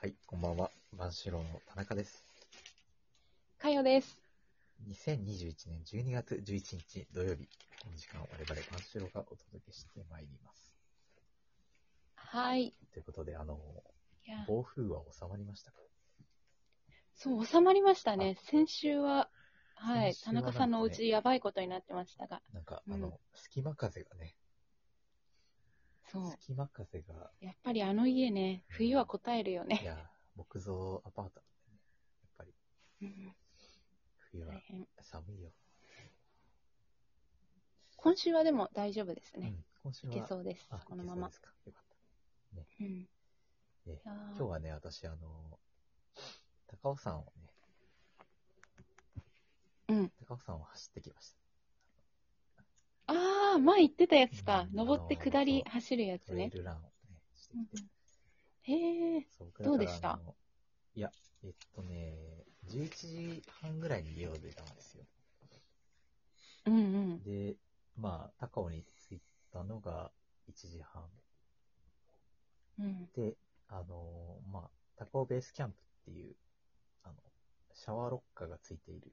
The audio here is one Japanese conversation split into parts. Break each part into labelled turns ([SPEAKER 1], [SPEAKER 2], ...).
[SPEAKER 1] はい、こんばんは。万志郎の田中です。
[SPEAKER 2] かよです。
[SPEAKER 1] 2021年12月11日土曜日、この時間、我々万志郎がお届けしてまいります。
[SPEAKER 2] はい。い
[SPEAKER 1] ということで、あの、
[SPEAKER 2] や、
[SPEAKER 1] 暴風は収まりましたか
[SPEAKER 2] そう、収まりましたね。先週は、は
[SPEAKER 1] 先
[SPEAKER 2] い、
[SPEAKER 1] 週
[SPEAKER 2] 田
[SPEAKER 1] はなんかね
[SPEAKER 2] 中さんのお家やばいことになってましたが、
[SPEAKER 1] なんか、
[SPEAKER 2] うん
[SPEAKER 1] あの、隙間風がね、
[SPEAKER 2] そう、
[SPEAKER 1] 隙間風が、
[SPEAKER 2] やっぱりあの家ね、冬は応えるよ
[SPEAKER 1] い
[SPEAKER 2] ね。
[SPEAKER 1] や、木造アパートなんでね、やっぱり
[SPEAKER 2] うん
[SPEAKER 1] 冬は
[SPEAKER 2] 大変
[SPEAKER 1] 寒いよ。
[SPEAKER 2] 今週はでも大丈夫です
[SPEAKER 1] う
[SPEAKER 2] ね。
[SPEAKER 1] ん、今週
[SPEAKER 2] い
[SPEAKER 1] は、
[SPEAKER 2] けそうです
[SPEAKER 1] あ、、
[SPEAKER 2] このまま
[SPEAKER 1] いけ。そうですかよかった。
[SPEAKER 2] うん
[SPEAKER 1] ええ
[SPEAKER 2] いやー
[SPEAKER 1] 今日はね、私、あの、高尾山をね、
[SPEAKER 2] うん
[SPEAKER 1] 高尾山を走ってきました。
[SPEAKER 2] ああ、前言ってたやつか
[SPEAKER 1] う。ん
[SPEAKER 2] 登って下り
[SPEAKER 1] そう
[SPEAKER 2] 走るやつ
[SPEAKER 1] トレイ
[SPEAKER 2] ね。
[SPEAKER 1] ルランをね、して
[SPEAKER 2] うん
[SPEAKER 1] きて。
[SPEAKER 2] へえ、
[SPEAKER 1] そう
[SPEAKER 2] どうでした
[SPEAKER 1] だからあのいや、えっとね、11時半ぐらいに家を出たんですよ。
[SPEAKER 2] うんうん。
[SPEAKER 1] で、まあ、高尾に着いたのが1時半。
[SPEAKER 2] うん、
[SPEAKER 1] で、あの、まあ、高尾ベースキャンプっていう、あの、シャワーロッカーがついている、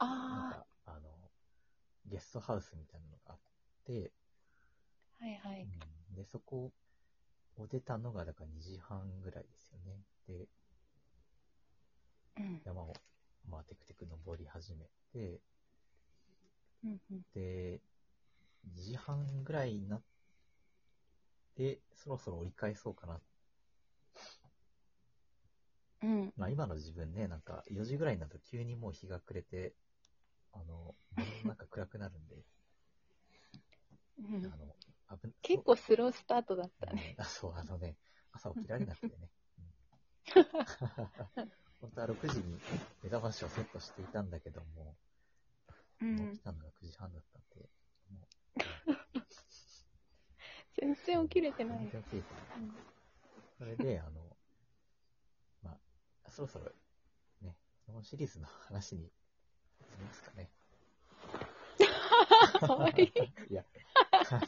[SPEAKER 1] なん
[SPEAKER 2] あ
[SPEAKER 1] か、あの、ゲストハウスみたいなのがあって、
[SPEAKER 2] あ、はいはい。
[SPEAKER 1] うんで、そこを出たのが、だから2時半ぐらいですよね。で、
[SPEAKER 2] うん
[SPEAKER 1] 山を、まあ、テクテク登り始めて、
[SPEAKER 2] うんうん
[SPEAKER 1] で、2時半ぐらいになって、そろそろ折り返そうかな。
[SPEAKER 2] うん
[SPEAKER 1] まあ、今の自分ね、なんか、4時ぐらいになると急にもう日が暮れて、あの、森の中暗くなるんで、あ
[SPEAKER 2] うん
[SPEAKER 1] の、危な
[SPEAKER 2] 結構スロースタートだったね。
[SPEAKER 1] うんあそう、あのね、朝起きられなくてね。 うん本当は6時に目覚ましをセットしていたんだけども、
[SPEAKER 2] う
[SPEAKER 1] もうん起きたのが9時半だったんで、
[SPEAKER 2] 全然起きれ てない
[SPEAKER 1] 全。然起きれてないそれで、あの、まあ、そろそろ、ね、このシリーズの話に移りますかね。
[SPEAKER 2] かわいい。
[SPEAKER 1] いや、あの、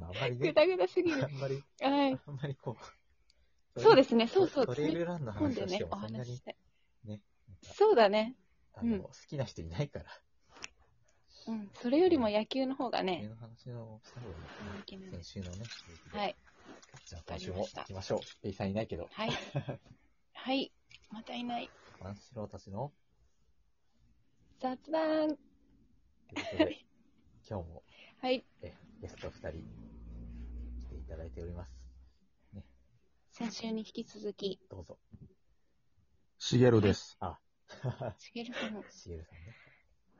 [SPEAKER 1] まあ、あんまり
[SPEAKER 2] ぐ
[SPEAKER 1] ね、
[SPEAKER 2] だぐだすぎる
[SPEAKER 1] あ。んまり、
[SPEAKER 2] はい。
[SPEAKER 1] あんまりこう、。
[SPEAKER 2] そうですすね、そうそう。
[SPEAKER 1] ト
[SPEAKER 2] 詰
[SPEAKER 1] レイ
[SPEAKER 2] め
[SPEAKER 1] ルランの
[SPEAKER 2] 込ん
[SPEAKER 1] 話
[SPEAKER 2] で
[SPEAKER 1] をして
[SPEAKER 2] ね、お
[SPEAKER 1] もそんな
[SPEAKER 2] 話し
[SPEAKER 1] に
[SPEAKER 2] し、て。
[SPEAKER 1] なんか
[SPEAKER 2] そうだね。
[SPEAKER 1] あの、
[SPEAKER 2] うん
[SPEAKER 1] 好きな人いないから、
[SPEAKER 2] うん。それよりも野球の方が
[SPEAKER 1] 家
[SPEAKER 2] ね、
[SPEAKER 1] の話をした方がい
[SPEAKER 2] 人気
[SPEAKER 1] い
[SPEAKER 2] な
[SPEAKER 1] のかな。
[SPEAKER 2] んで。
[SPEAKER 1] 先週のね、
[SPEAKER 2] はい。
[SPEAKER 1] じゃあ今週も行きましょう。ペイさんいないけど、
[SPEAKER 2] はい。はい。またいない。
[SPEAKER 1] 万志郎たちの、
[SPEAKER 2] 雑談。
[SPEAKER 1] ということで、今日も
[SPEAKER 2] はい。
[SPEAKER 1] えゲスト2人来ていただいております。
[SPEAKER 2] 先週に引き続き、
[SPEAKER 1] どうぞ。
[SPEAKER 3] しげるです。
[SPEAKER 1] あ、
[SPEAKER 2] しげるさ んも。
[SPEAKER 1] しげるさんね。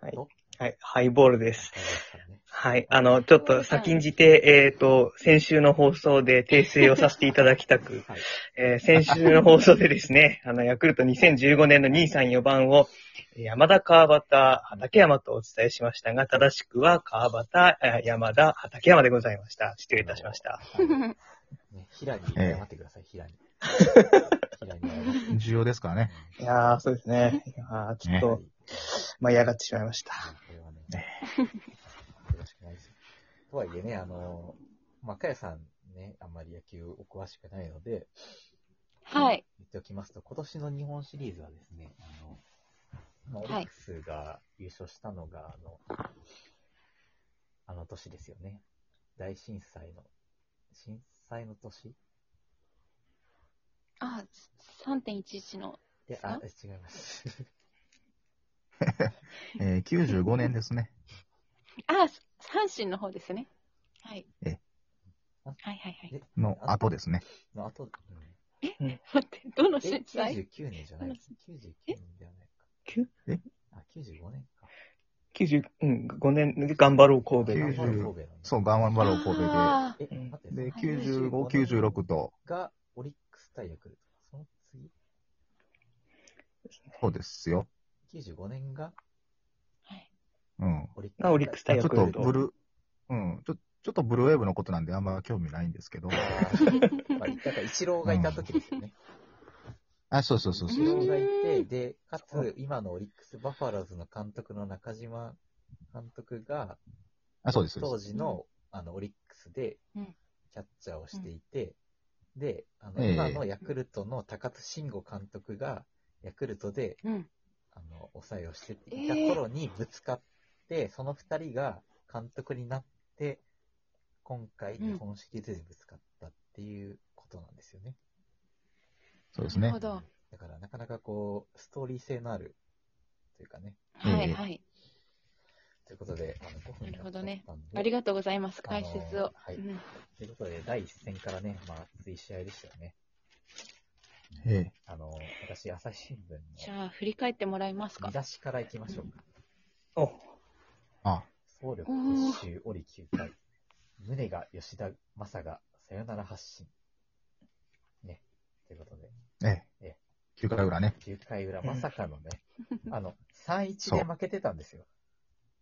[SPEAKER 4] はい
[SPEAKER 1] お。
[SPEAKER 4] はい。ハイボールです。
[SPEAKER 1] 高橋さんね。
[SPEAKER 4] はい。あの、ちょっと先んじて、えっ、と、先週の放送で訂正をさせていただきたく、
[SPEAKER 1] はい。
[SPEAKER 4] えー先週の放送でですね、 あの、ヤクルト2015年の2、3、4番を、えー山田、川端、畠山とお伝えしましたが、正しくは川端、えー山田、畠山でございました。失礼いたしました。
[SPEAKER 1] あの。ね、平に謝ってください、平に。平に謝 って。
[SPEAKER 3] 重要ですからね。
[SPEAKER 4] いやー、そうですね。あーちょっ
[SPEAKER 1] は
[SPEAKER 4] と
[SPEAKER 1] い、
[SPEAKER 4] 舞い上がってしまいました。
[SPEAKER 1] これはね、よろしくないですよ。とはいえね、あの、まあ、かやさんね、あんまり野球お詳しくないので、
[SPEAKER 2] はい。
[SPEAKER 1] 言っておきますと、今年の日本シリーズはですね、あの、まあ、オリ
[SPEAKER 2] はい
[SPEAKER 1] ックスが優勝したのが、あの、あの年ですよね。大震災の、震災の年
[SPEAKER 2] あ、3.11の。
[SPEAKER 1] いや、あ
[SPEAKER 2] さ、
[SPEAKER 1] 違います。
[SPEAKER 3] えー、95年ですね。
[SPEAKER 2] あ、阪神の方ですね。はい。
[SPEAKER 3] え
[SPEAKER 2] はい
[SPEAKER 3] え
[SPEAKER 2] はいはい。
[SPEAKER 1] で
[SPEAKER 3] の後ですね。
[SPEAKER 1] の後、うん、
[SPEAKER 2] 待って、どの
[SPEAKER 1] え、
[SPEAKER 2] 震災
[SPEAKER 1] 99年じゃない ?99 年ではないか。
[SPEAKER 4] き
[SPEAKER 3] え
[SPEAKER 1] あ、95年か。
[SPEAKER 4] 95年、頑張ろう神戸
[SPEAKER 3] 90
[SPEAKER 4] の。
[SPEAKER 1] 神戸なんだ
[SPEAKER 3] そう、ガンワンバロー神戸
[SPEAKER 2] あー
[SPEAKER 1] え、待って、
[SPEAKER 3] で。で、
[SPEAKER 2] ー
[SPEAKER 3] 95、
[SPEAKER 1] 95
[SPEAKER 3] 96と、
[SPEAKER 1] がオリックス対ヤクルト。その次、
[SPEAKER 3] そうですよ。
[SPEAKER 1] 95年が
[SPEAKER 2] はい。
[SPEAKER 3] うん。
[SPEAKER 1] オリックス
[SPEAKER 4] がオリックス対
[SPEAKER 3] ち
[SPEAKER 4] ヤ
[SPEAKER 3] ょっ
[SPEAKER 4] ク
[SPEAKER 3] と
[SPEAKER 4] ルト。
[SPEAKER 3] ブルー、うん、ちょ、ちょっとブルーウェーブのことなんであんま興味ないんで すけ ど。
[SPEAKER 1] まあ、だから、イチローがいた時ですよね。
[SPEAKER 3] あ、 そうそうそう
[SPEAKER 1] イ
[SPEAKER 3] そ
[SPEAKER 1] チ
[SPEAKER 3] う。
[SPEAKER 1] ローがいて、
[SPEAKER 2] うん
[SPEAKER 1] で、かつ、今のオリックス・バファローズの監督の中島監督が、
[SPEAKER 3] あ、そうです。そう
[SPEAKER 1] 当
[SPEAKER 3] です
[SPEAKER 1] 時のあのオリックスで
[SPEAKER 2] うん
[SPEAKER 1] キャッチャーをしていて、で、あの、
[SPEAKER 3] ええ
[SPEAKER 1] 今のヤクルトの高津慎吾監督が、ヤクルトで、
[SPEAKER 2] うん。
[SPEAKER 1] あの、抑えをしていた頃にぶつかって、その二人が監督になって、今回日本シリーズでぶつかったっていうことなんですよね。
[SPEAKER 3] そうです
[SPEAKER 2] な
[SPEAKER 3] ね
[SPEAKER 2] るほ。ど。
[SPEAKER 1] だからなかなかこう、ストーリー性のある、というかね、
[SPEAKER 3] ええ
[SPEAKER 2] はいはい。
[SPEAKER 1] ということで、あの、5分
[SPEAKER 2] なるほどね
[SPEAKER 1] 経ったんで
[SPEAKER 2] ありがとうございます、解説
[SPEAKER 1] あの
[SPEAKER 2] を。
[SPEAKER 1] はい
[SPEAKER 2] うん
[SPEAKER 1] ということで、第一戦からね、まあ、熱い試合でしたよね。
[SPEAKER 3] ええ。
[SPEAKER 1] あの、私、朝日新聞
[SPEAKER 2] じ
[SPEAKER 1] の
[SPEAKER 2] ゃあ、振り返ってもらえますか
[SPEAKER 1] 見。出しからいきましょうか。
[SPEAKER 4] お、
[SPEAKER 3] あ、
[SPEAKER 1] 総力結集折9回。宗が吉田正がさよなら発進。ね。ということで、
[SPEAKER 3] え
[SPEAKER 1] ええ
[SPEAKER 3] え。9回裏ね。
[SPEAKER 1] 9回裏、まさかのね、あの、3-1で負けてたんですよ。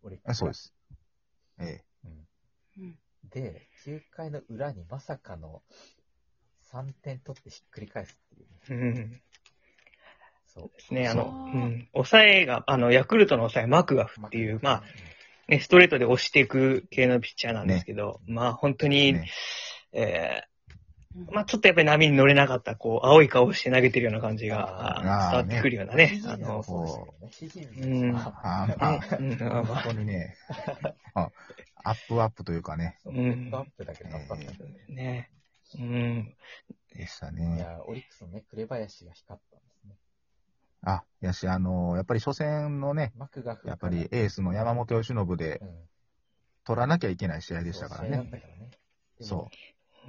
[SPEAKER 1] オリックス
[SPEAKER 3] あ
[SPEAKER 1] が
[SPEAKER 3] そうで。す。え
[SPEAKER 1] うん
[SPEAKER 2] うん
[SPEAKER 1] で、9回の裏にまさかの3点取ってひっくり返すっていうね。
[SPEAKER 4] うん。で
[SPEAKER 1] そう。
[SPEAKER 4] すね、あの、う。
[SPEAKER 2] そうん
[SPEAKER 4] 抑えが、あの、ヤクルトの抑え、マクガフっていう、まあ、ね、ストレートで押していく系のピッチャーなんですけど、まあ本当
[SPEAKER 3] え。
[SPEAKER 4] に、
[SPEAKER 3] ね
[SPEAKER 4] え
[SPEAKER 2] うん
[SPEAKER 4] ーまあちょっとやっぱり波に乗れなかった、こう、青い顔をして投げてるような感じ
[SPEAKER 1] あー
[SPEAKER 4] が伝わってくるようなね、あの、
[SPEAKER 1] そうですよね。シジミ
[SPEAKER 4] う
[SPEAKER 1] も
[SPEAKER 4] ん
[SPEAKER 1] あ
[SPEAKER 3] あ ーまあ、
[SPEAKER 4] うんあ
[SPEAKER 3] 本当にね、あアップアップというかね、
[SPEAKER 1] そう
[SPEAKER 4] うん
[SPEAKER 1] セットアップだけ頑張ったんだよね。
[SPEAKER 4] ね、うん、
[SPEAKER 3] でした
[SPEAKER 1] い
[SPEAKER 3] ね。
[SPEAKER 1] や、オリックスのね、紅林が光ったんですね。
[SPEAKER 3] あ、いやし、あの、やっぱり初戦のね、
[SPEAKER 1] マクガフ
[SPEAKER 3] やっぱり、エースの山本由伸で
[SPEAKER 1] うん、
[SPEAKER 3] 取らなきゃいけない試合でしたから
[SPEAKER 1] そう試合だっ
[SPEAKER 3] ね。
[SPEAKER 1] たからね。でも
[SPEAKER 3] そ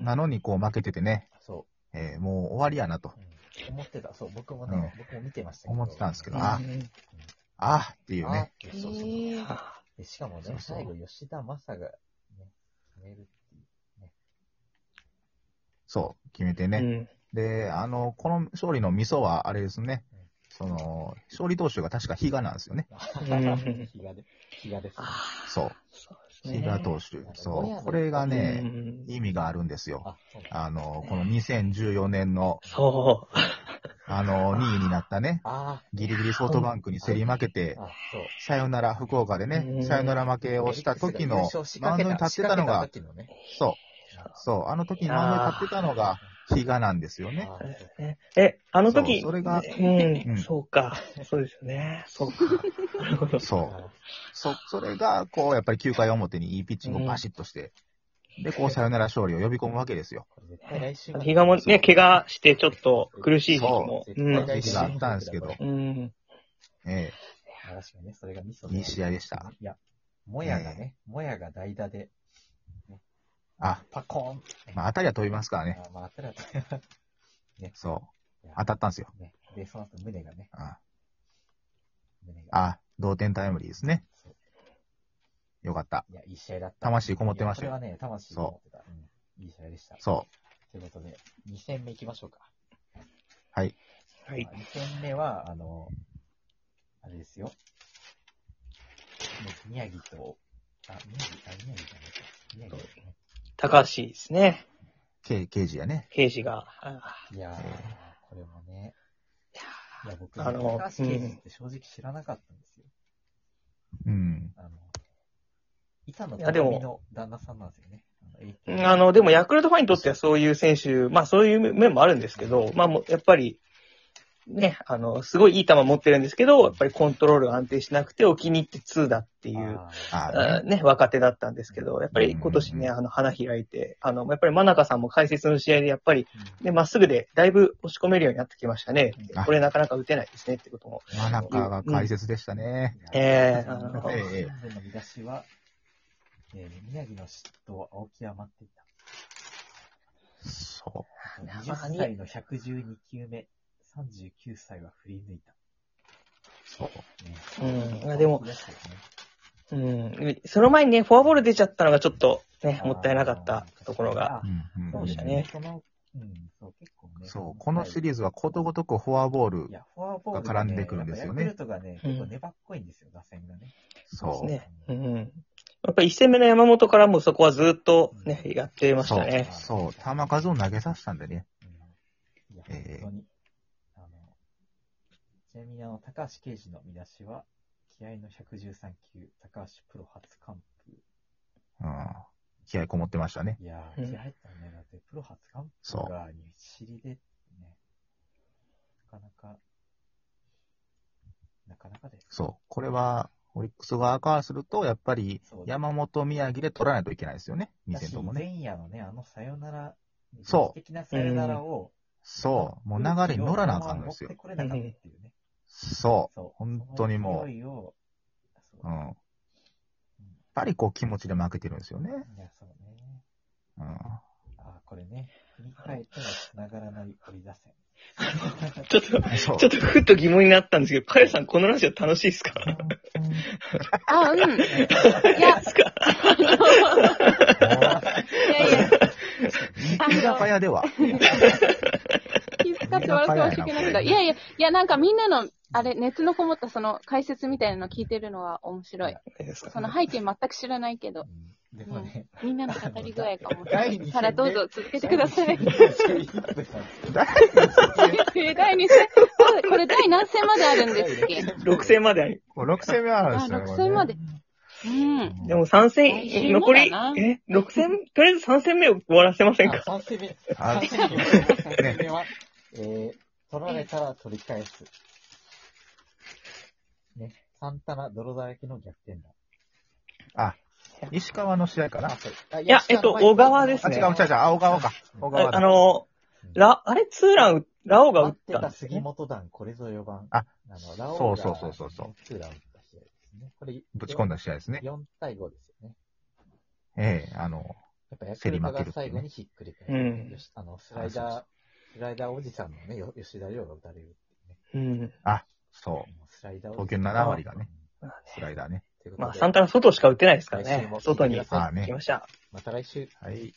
[SPEAKER 3] う。なのにこう負けててね、
[SPEAKER 1] そ
[SPEAKER 3] えーもう終わりやなと
[SPEAKER 1] う、うん思ってた。そう、僕もね、
[SPEAKER 3] うん
[SPEAKER 1] 僕も見てましたけど。
[SPEAKER 3] 思ってたんですけど、
[SPEAKER 4] あ
[SPEAKER 3] あ、あーっていう
[SPEAKER 1] あ
[SPEAKER 3] ね。
[SPEAKER 1] ーって
[SPEAKER 2] へ
[SPEAKER 1] そうそうそう
[SPEAKER 2] え
[SPEAKER 1] でしかもね、
[SPEAKER 3] そうそう
[SPEAKER 1] 最後、吉田正がね、決めるっていう。
[SPEAKER 3] そう、決めて
[SPEAKER 4] う
[SPEAKER 3] ね。
[SPEAKER 4] ん、
[SPEAKER 3] で、あの、この勝利のミソは、あれですね
[SPEAKER 1] うん、
[SPEAKER 3] その、勝利投手が確か比嘉なんですよね。
[SPEAKER 4] ん
[SPEAKER 1] 日がで、日がですね。
[SPEAKER 3] そう、
[SPEAKER 4] そうです
[SPEAKER 3] 比
[SPEAKER 4] ね。
[SPEAKER 3] 嘉投手
[SPEAKER 1] ね。
[SPEAKER 3] そう、これがね、
[SPEAKER 4] うん
[SPEAKER 3] 意味があるんですよ。
[SPEAKER 1] あ、そうなんだ
[SPEAKER 3] あの、この2014年の、
[SPEAKER 4] そ
[SPEAKER 3] あの、2位になったね、
[SPEAKER 1] あ
[SPEAKER 3] ギリギリソフトバンクに競り負けて
[SPEAKER 1] ー、、あ、そう。
[SPEAKER 3] さよなら福岡で
[SPEAKER 4] うん
[SPEAKER 3] ね、さよなら負けをした時
[SPEAKER 1] 優
[SPEAKER 3] の
[SPEAKER 1] 勝し、
[SPEAKER 3] マ
[SPEAKER 1] か
[SPEAKER 3] ウン
[SPEAKER 1] け
[SPEAKER 3] ドに立ってたのが、
[SPEAKER 1] 仕掛けた時のね
[SPEAKER 3] そう、そう、あの時にマウンドに立ってたのが、比嘉なんですよね。
[SPEAKER 1] あ
[SPEAKER 4] う
[SPEAKER 1] ー
[SPEAKER 4] ですね。え、あの時、
[SPEAKER 3] そうそれが
[SPEAKER 4] うん、
[SPEAKER 3] うん
[SPEAKER 4] そうか、そうですよね。そうか。なるほど。
[SPEAKER 3] そう。そ、それが、こう、やっぱり9回表にいいピッチングをバシッとして、で、こう、サヨナラ勝利を呼び込むわけですよ。
[SPEAKER 1] これ絶対来週まで
[SPEAKER 4] 比嘉もね、怪我してちょっと苦しい時期も。
[SPEAKER 1] そう絶
[SPEAKER 4] う
[SPEAKER 1] 対
[SPEAKER 4] ん
[SPEAKER 1] 来
[SPEAKER 3] 時
[SPEAKER 1] 週
[SPEAKER 3] 期があったんですけど、
[SPEAKER 4] うん。
[SPEAKER 3] え
[SPEAKER 1] 確かにね、それがミソ
[SPEAKER 3] え、いい試合でした。
[SPEAKER 1] いや、もやがね、もやが代打で、
[SPEAKER 3] あ、
[SPEAKER 1] パコーン
[SPEAKER 3] まあ、当たりは飛びますからね。
[SPEAKER 1] あーまあ、当たり は
[SPEAKER 3] そう、当たったんですよ。
[SPEAKER 1] ね。で、その後、胸がね、
[SPEAKER 3] あ、
[SPEAKER 1] 胸が。
[SPEAKER 3] あ同点タイムリーですね。
[SPEAKER 1] そう
[SPEAKER 3] よかった。
[SPEAKER 1] いや、いい試合だった。
[SPEAKER 3] 魂こもってました
[SPEAKER 1] いや
[SPEAKER 3] よ。
[SPEAKER 1] これはね、魂こもってた。うんいい試合でした。
[SPEAKER 3] そ
[SPEAKER 1] ということで、2戦目いきましょうか。
[SPEAKER 4] はい。
[SPEAKER 1] 2戦目は、あの、あれですよ。もう宮城と、あ、宮城、あ、宮城じゃないか。宮城ですね。
[SPEAKER 4] 高橋ですね。
[SPEAKER 3] う、け刑事やね。
[SPEAKER 4] 刑事が。あ
[SPEAKER 1] いやー、これもね。いや、僕、
[SPEAKER 4] あの
[SPEAKER 1] 高橋奎二って正直知らなかったんですよ。
[SPEAKER 3] うん。
[SPEAKER 1] あの、板野
[SPEAKER 4] いやでも
[SPEAKER 1] 匠の旦那さんなんですよね。
[SPEAKER 4] う
[SPEAKER 1] の
[SPEAKER 4] んあの、でもヤクルトファンにとってはそういう選手、まあそういう面もあるんですけど、まあもうやっぱり、ね、あの、すごいいい球持ってるんですけど、やっぱりコントロールが安定しなくてお気に入って2だっていう、
[SPEAKER 1] あ
[SPEAKER 3] あ
[SPEAKER 4] あ
[SPEAKER 3] ー、ね、
[SPEAKER 4] ね、若手だったんですけど、やっぱり今年ね、
[SPEAKER 3] う
[SPEAKER 4] あの、花開いて、あの、やっぱり真中さんも解説の試合でやっぱり、
[SPEAKER 1] ーうん
[SPEAKER 4] ね、まっすぐでだいぶ押し込めるようになってきましたね
[SPEAKER 1] あ。
[SPEAKER 4] これなかなか打てないですねってことも。
[SPEAKER 3] 真中が解説でしたね。
[SPEAKER 4] ええ
[SPEAKER 1] あ
[SPEAKER 4] あ
[SPEAKER 1] の、
[SPEAKER 4] の
[SPEAKER 1] 朝日新聞の見出しは、えー宮城の嫉妬、青木は待っていた。
[SPEAKER 3] そ
[SPEAKER 1] 20歳の112球目、39歳は振り抜いた。
[SPEAKER 3] う、そう。
[SPEAKER 1] ね
[SPEAKER 4] うんあでも、
[SPEAKER 1] 青木ですよね
[SPEAKER 4] うん。その前にね、フォアボール出ちゃったのがちょっとね、もったいなかったところが。。
[SPEAKER 3] うんうん
[SPEAKER 4] そうでしたね
[SPEAKER 1] この、うん、そう、結構ね。
[SPEAKER 3] そう、このシ
[SPEAKER 1] リ
[SPEAKER 3] リーズはことごとくフォアボー
[SPEAKER 1] い
[SPEAKER 3] ル、
[SPEAKER 1] や、フォアボールがね
[SPEAKER 3] 絡んでくるんですよね
[SPEAKER 1] やっぱヤクルトがね、結構粘っこいんですよ、打線がね。
[SPEAKER 3] そ
[SPEAKER 4] そう
[SPEAKER 3] う
[SPEAKER 4] で、すねうん。やっぱり一戦目の山本からもそこはずっとね、やってまし
[SPEAKER 3] そ
[SPEAKER 4] た
[SPEAKER 3] う
[SPEAKER 4] ね。、
[SPEAKER 3] そう、球数を投げさせたんでね。
[SPEAKER 1] うんいや、
[SPEAKER 3] ええ
[SPEAKER 1] 本当に。あの、ちなみにあの、高橋啓治の見出しは、気合の113球、高橋プロ初完封。
[SPEAKER 3] うん。気合こもってましたね。
[SPEAKER 1] いや
[SPEAKER 4] う
[SPEAKER 1] ー、
[SPEAKER 4] ん
[SPEAKER 1] 気合入ったね。だって、プロ初完
[SPEAKER 3] そう
[SPEAKER 1] 封が見知りでね、なかなか、なかなかです。
[SPEAKER 3] そう。これは、オリックス側からすると、やっぱり
[SPEAKER 1] そうです
[SPEAKER 3] 山本、宮城で取らないといけないですよね。2
[SPEAKER 1] だ
[SPEAKER 3] 戦
[SPEAKER 1] し
[SPEAKER 3] ともね。
[SPEAKER 1] 前夜のね、あのさよなら、
[SPEAKER 3] そう
[SPEAKER 1] 劇的なさよならを、
[SPEAKER 3] そう。もう流れに乗らなあかんのですよ
[SPEAKER 1] 持って。これなかったっていうね。
[SPEAKER 3] そ
[SPEAKER 1] そう。
[SPEAKER 3] 本当にもう
[SPEAKER 1] その勢いをそう
[SPEAKER 3] う。うん。やっぱりこう気持ちで負けてるんですよね。
[SPEAKER 1] いや、そうね。
[SPEAKER 3] うん。
[SPEAKER 1] あ、これね。振り返っては繋がらない折り出せ。
[SPEAKER 4] ちょっと、
[SPEAKER 3] そう
[SPEAKER 4] ちょっとふっと疑問になったんですけど、カレさんこのラジオ楽しいですか
[SPEAKER 2] あ、うん。いや、いやいや、
[SPEAKER 3] 居酒屋では。
[SPEAKER 2] 気遣って笑ってほしくないけど。いやいや、いや、なんかみんなの、あれ、熱のこもったその解説みたいなの聞いてるのは面白い。その背景全く知らないけど、
[SPEAKER 1] でもね、
[SPEAKER 2] みんなの語り具合かもしれ
[SPEAKER 1] 第2
[SPEAKER 2] な
[SPEAKER 1] 戦
[SPEAKER 2] い。からどうぞ続けてください。
[SPEAKER 1] 11分さ
[SPEAKER 2] え 第2戦。そうこれ第何戦まであるんですっけ
[SPEAKER 4] 6戦まであり。
[SPEAKER 3] もう6戦目はあるん
[SPEAKER 2] あ、
[SPEAKER 3] です
[SPEAKER 2] 6
[SPEAKER 3] よ、
[SPEAKER 2] 戦まで。うん。
[SPEAKER 3] うん
[SPEAKER 4] でも3
[SPEAKER 2] 来週
[SPEAKER 4] 戦、
[SPEAKER 2] も
[SPEAKER 4] 残
[SPEAKER 2] だ
[SPEAKER 4] り
[SPEAKER 2] な、
[SPEAKER 4] え、6戦、とりあえず3戦目を終わらせませんか
[SPEAKER 1] 3戦目。
[SPEAKER 3] あ
[SPEAKER 1] 3戦目。3戦目は、えー、取られたら取り返す。ね、サンタナ泥だらけの逆転だ。
[SPEAKER 3] 石川の試合かな。
[SPEAKER 1] あい
[SPEAKER 4] やえっと小川です
[SPEAKER 3] あ、違
[SPEAKER 4] ね
[SPEAKER 3] う違う違う、あ小川か。小川
[SPEAKER 4] あ
[SPEAKER 3] だ。
[SPEAKER 4] あの、ラ、あれ、ツーラン打、ラオが打
[SPEAKER 1] 待
[SPEAKER 4] っ
[SPEAKER 1] って
[SPEAKER 4] たん
[SPEAKER 1] た
[SPEAKER 4] ですね
[SPEAKER 1] 杉本団、これぞ4番。
[SPEAKER 3] あ、
[SPEAKER 1] の、ラオ
[SPEAKER 3] そ
[SPEAKER 1] ウ
[SPEAKER 3] う
[SPEAKER 1] が
[SPEAKER 3] そうそうそうそう。
[SPEAKER 1] ツーラン打った試合ですね。これ、
[SPEAKER 3] ぶち込んだ試合ですね。
[SPEAKER 1] 4対5ですよね。
[SPEAKER 3] ええ、あの、
[SPEAKER 1] やっぱヤクルトが最後にひっくり返る。
[SPEAKER 4] うん
[SPEAKER 1] よしあの、スライダー、スライダーおじさんのね、よ吉田亮が打たれるっていうね。
[SPEAKER 4] うん。
[SPEAKER 3] そう、
[SPEAKER 1] もうスライダー
[SPEAKER 3] 東京の7割がね。スライダーね。
[SPEAKER 1] ということで
[SPEAKER 4] まあ、サンタナ外しか打ってないですから
[SPEAKER 1] 来週
[SPEAKER 4] ね
[SPEAKER 1] も。
[SPEAKER 4] 外に
[SPEAKER 1] 来
[SPEAKER 4] 行
[SPEAKER 1] てくださ
[SPEAKER 3] ああ
[SPEAKER 1] い
[SPEAKER 3] ね
[SPEAKER 4] き。ました。
[SPEAKER 1] また来週。
[SPEAKER 3] はい。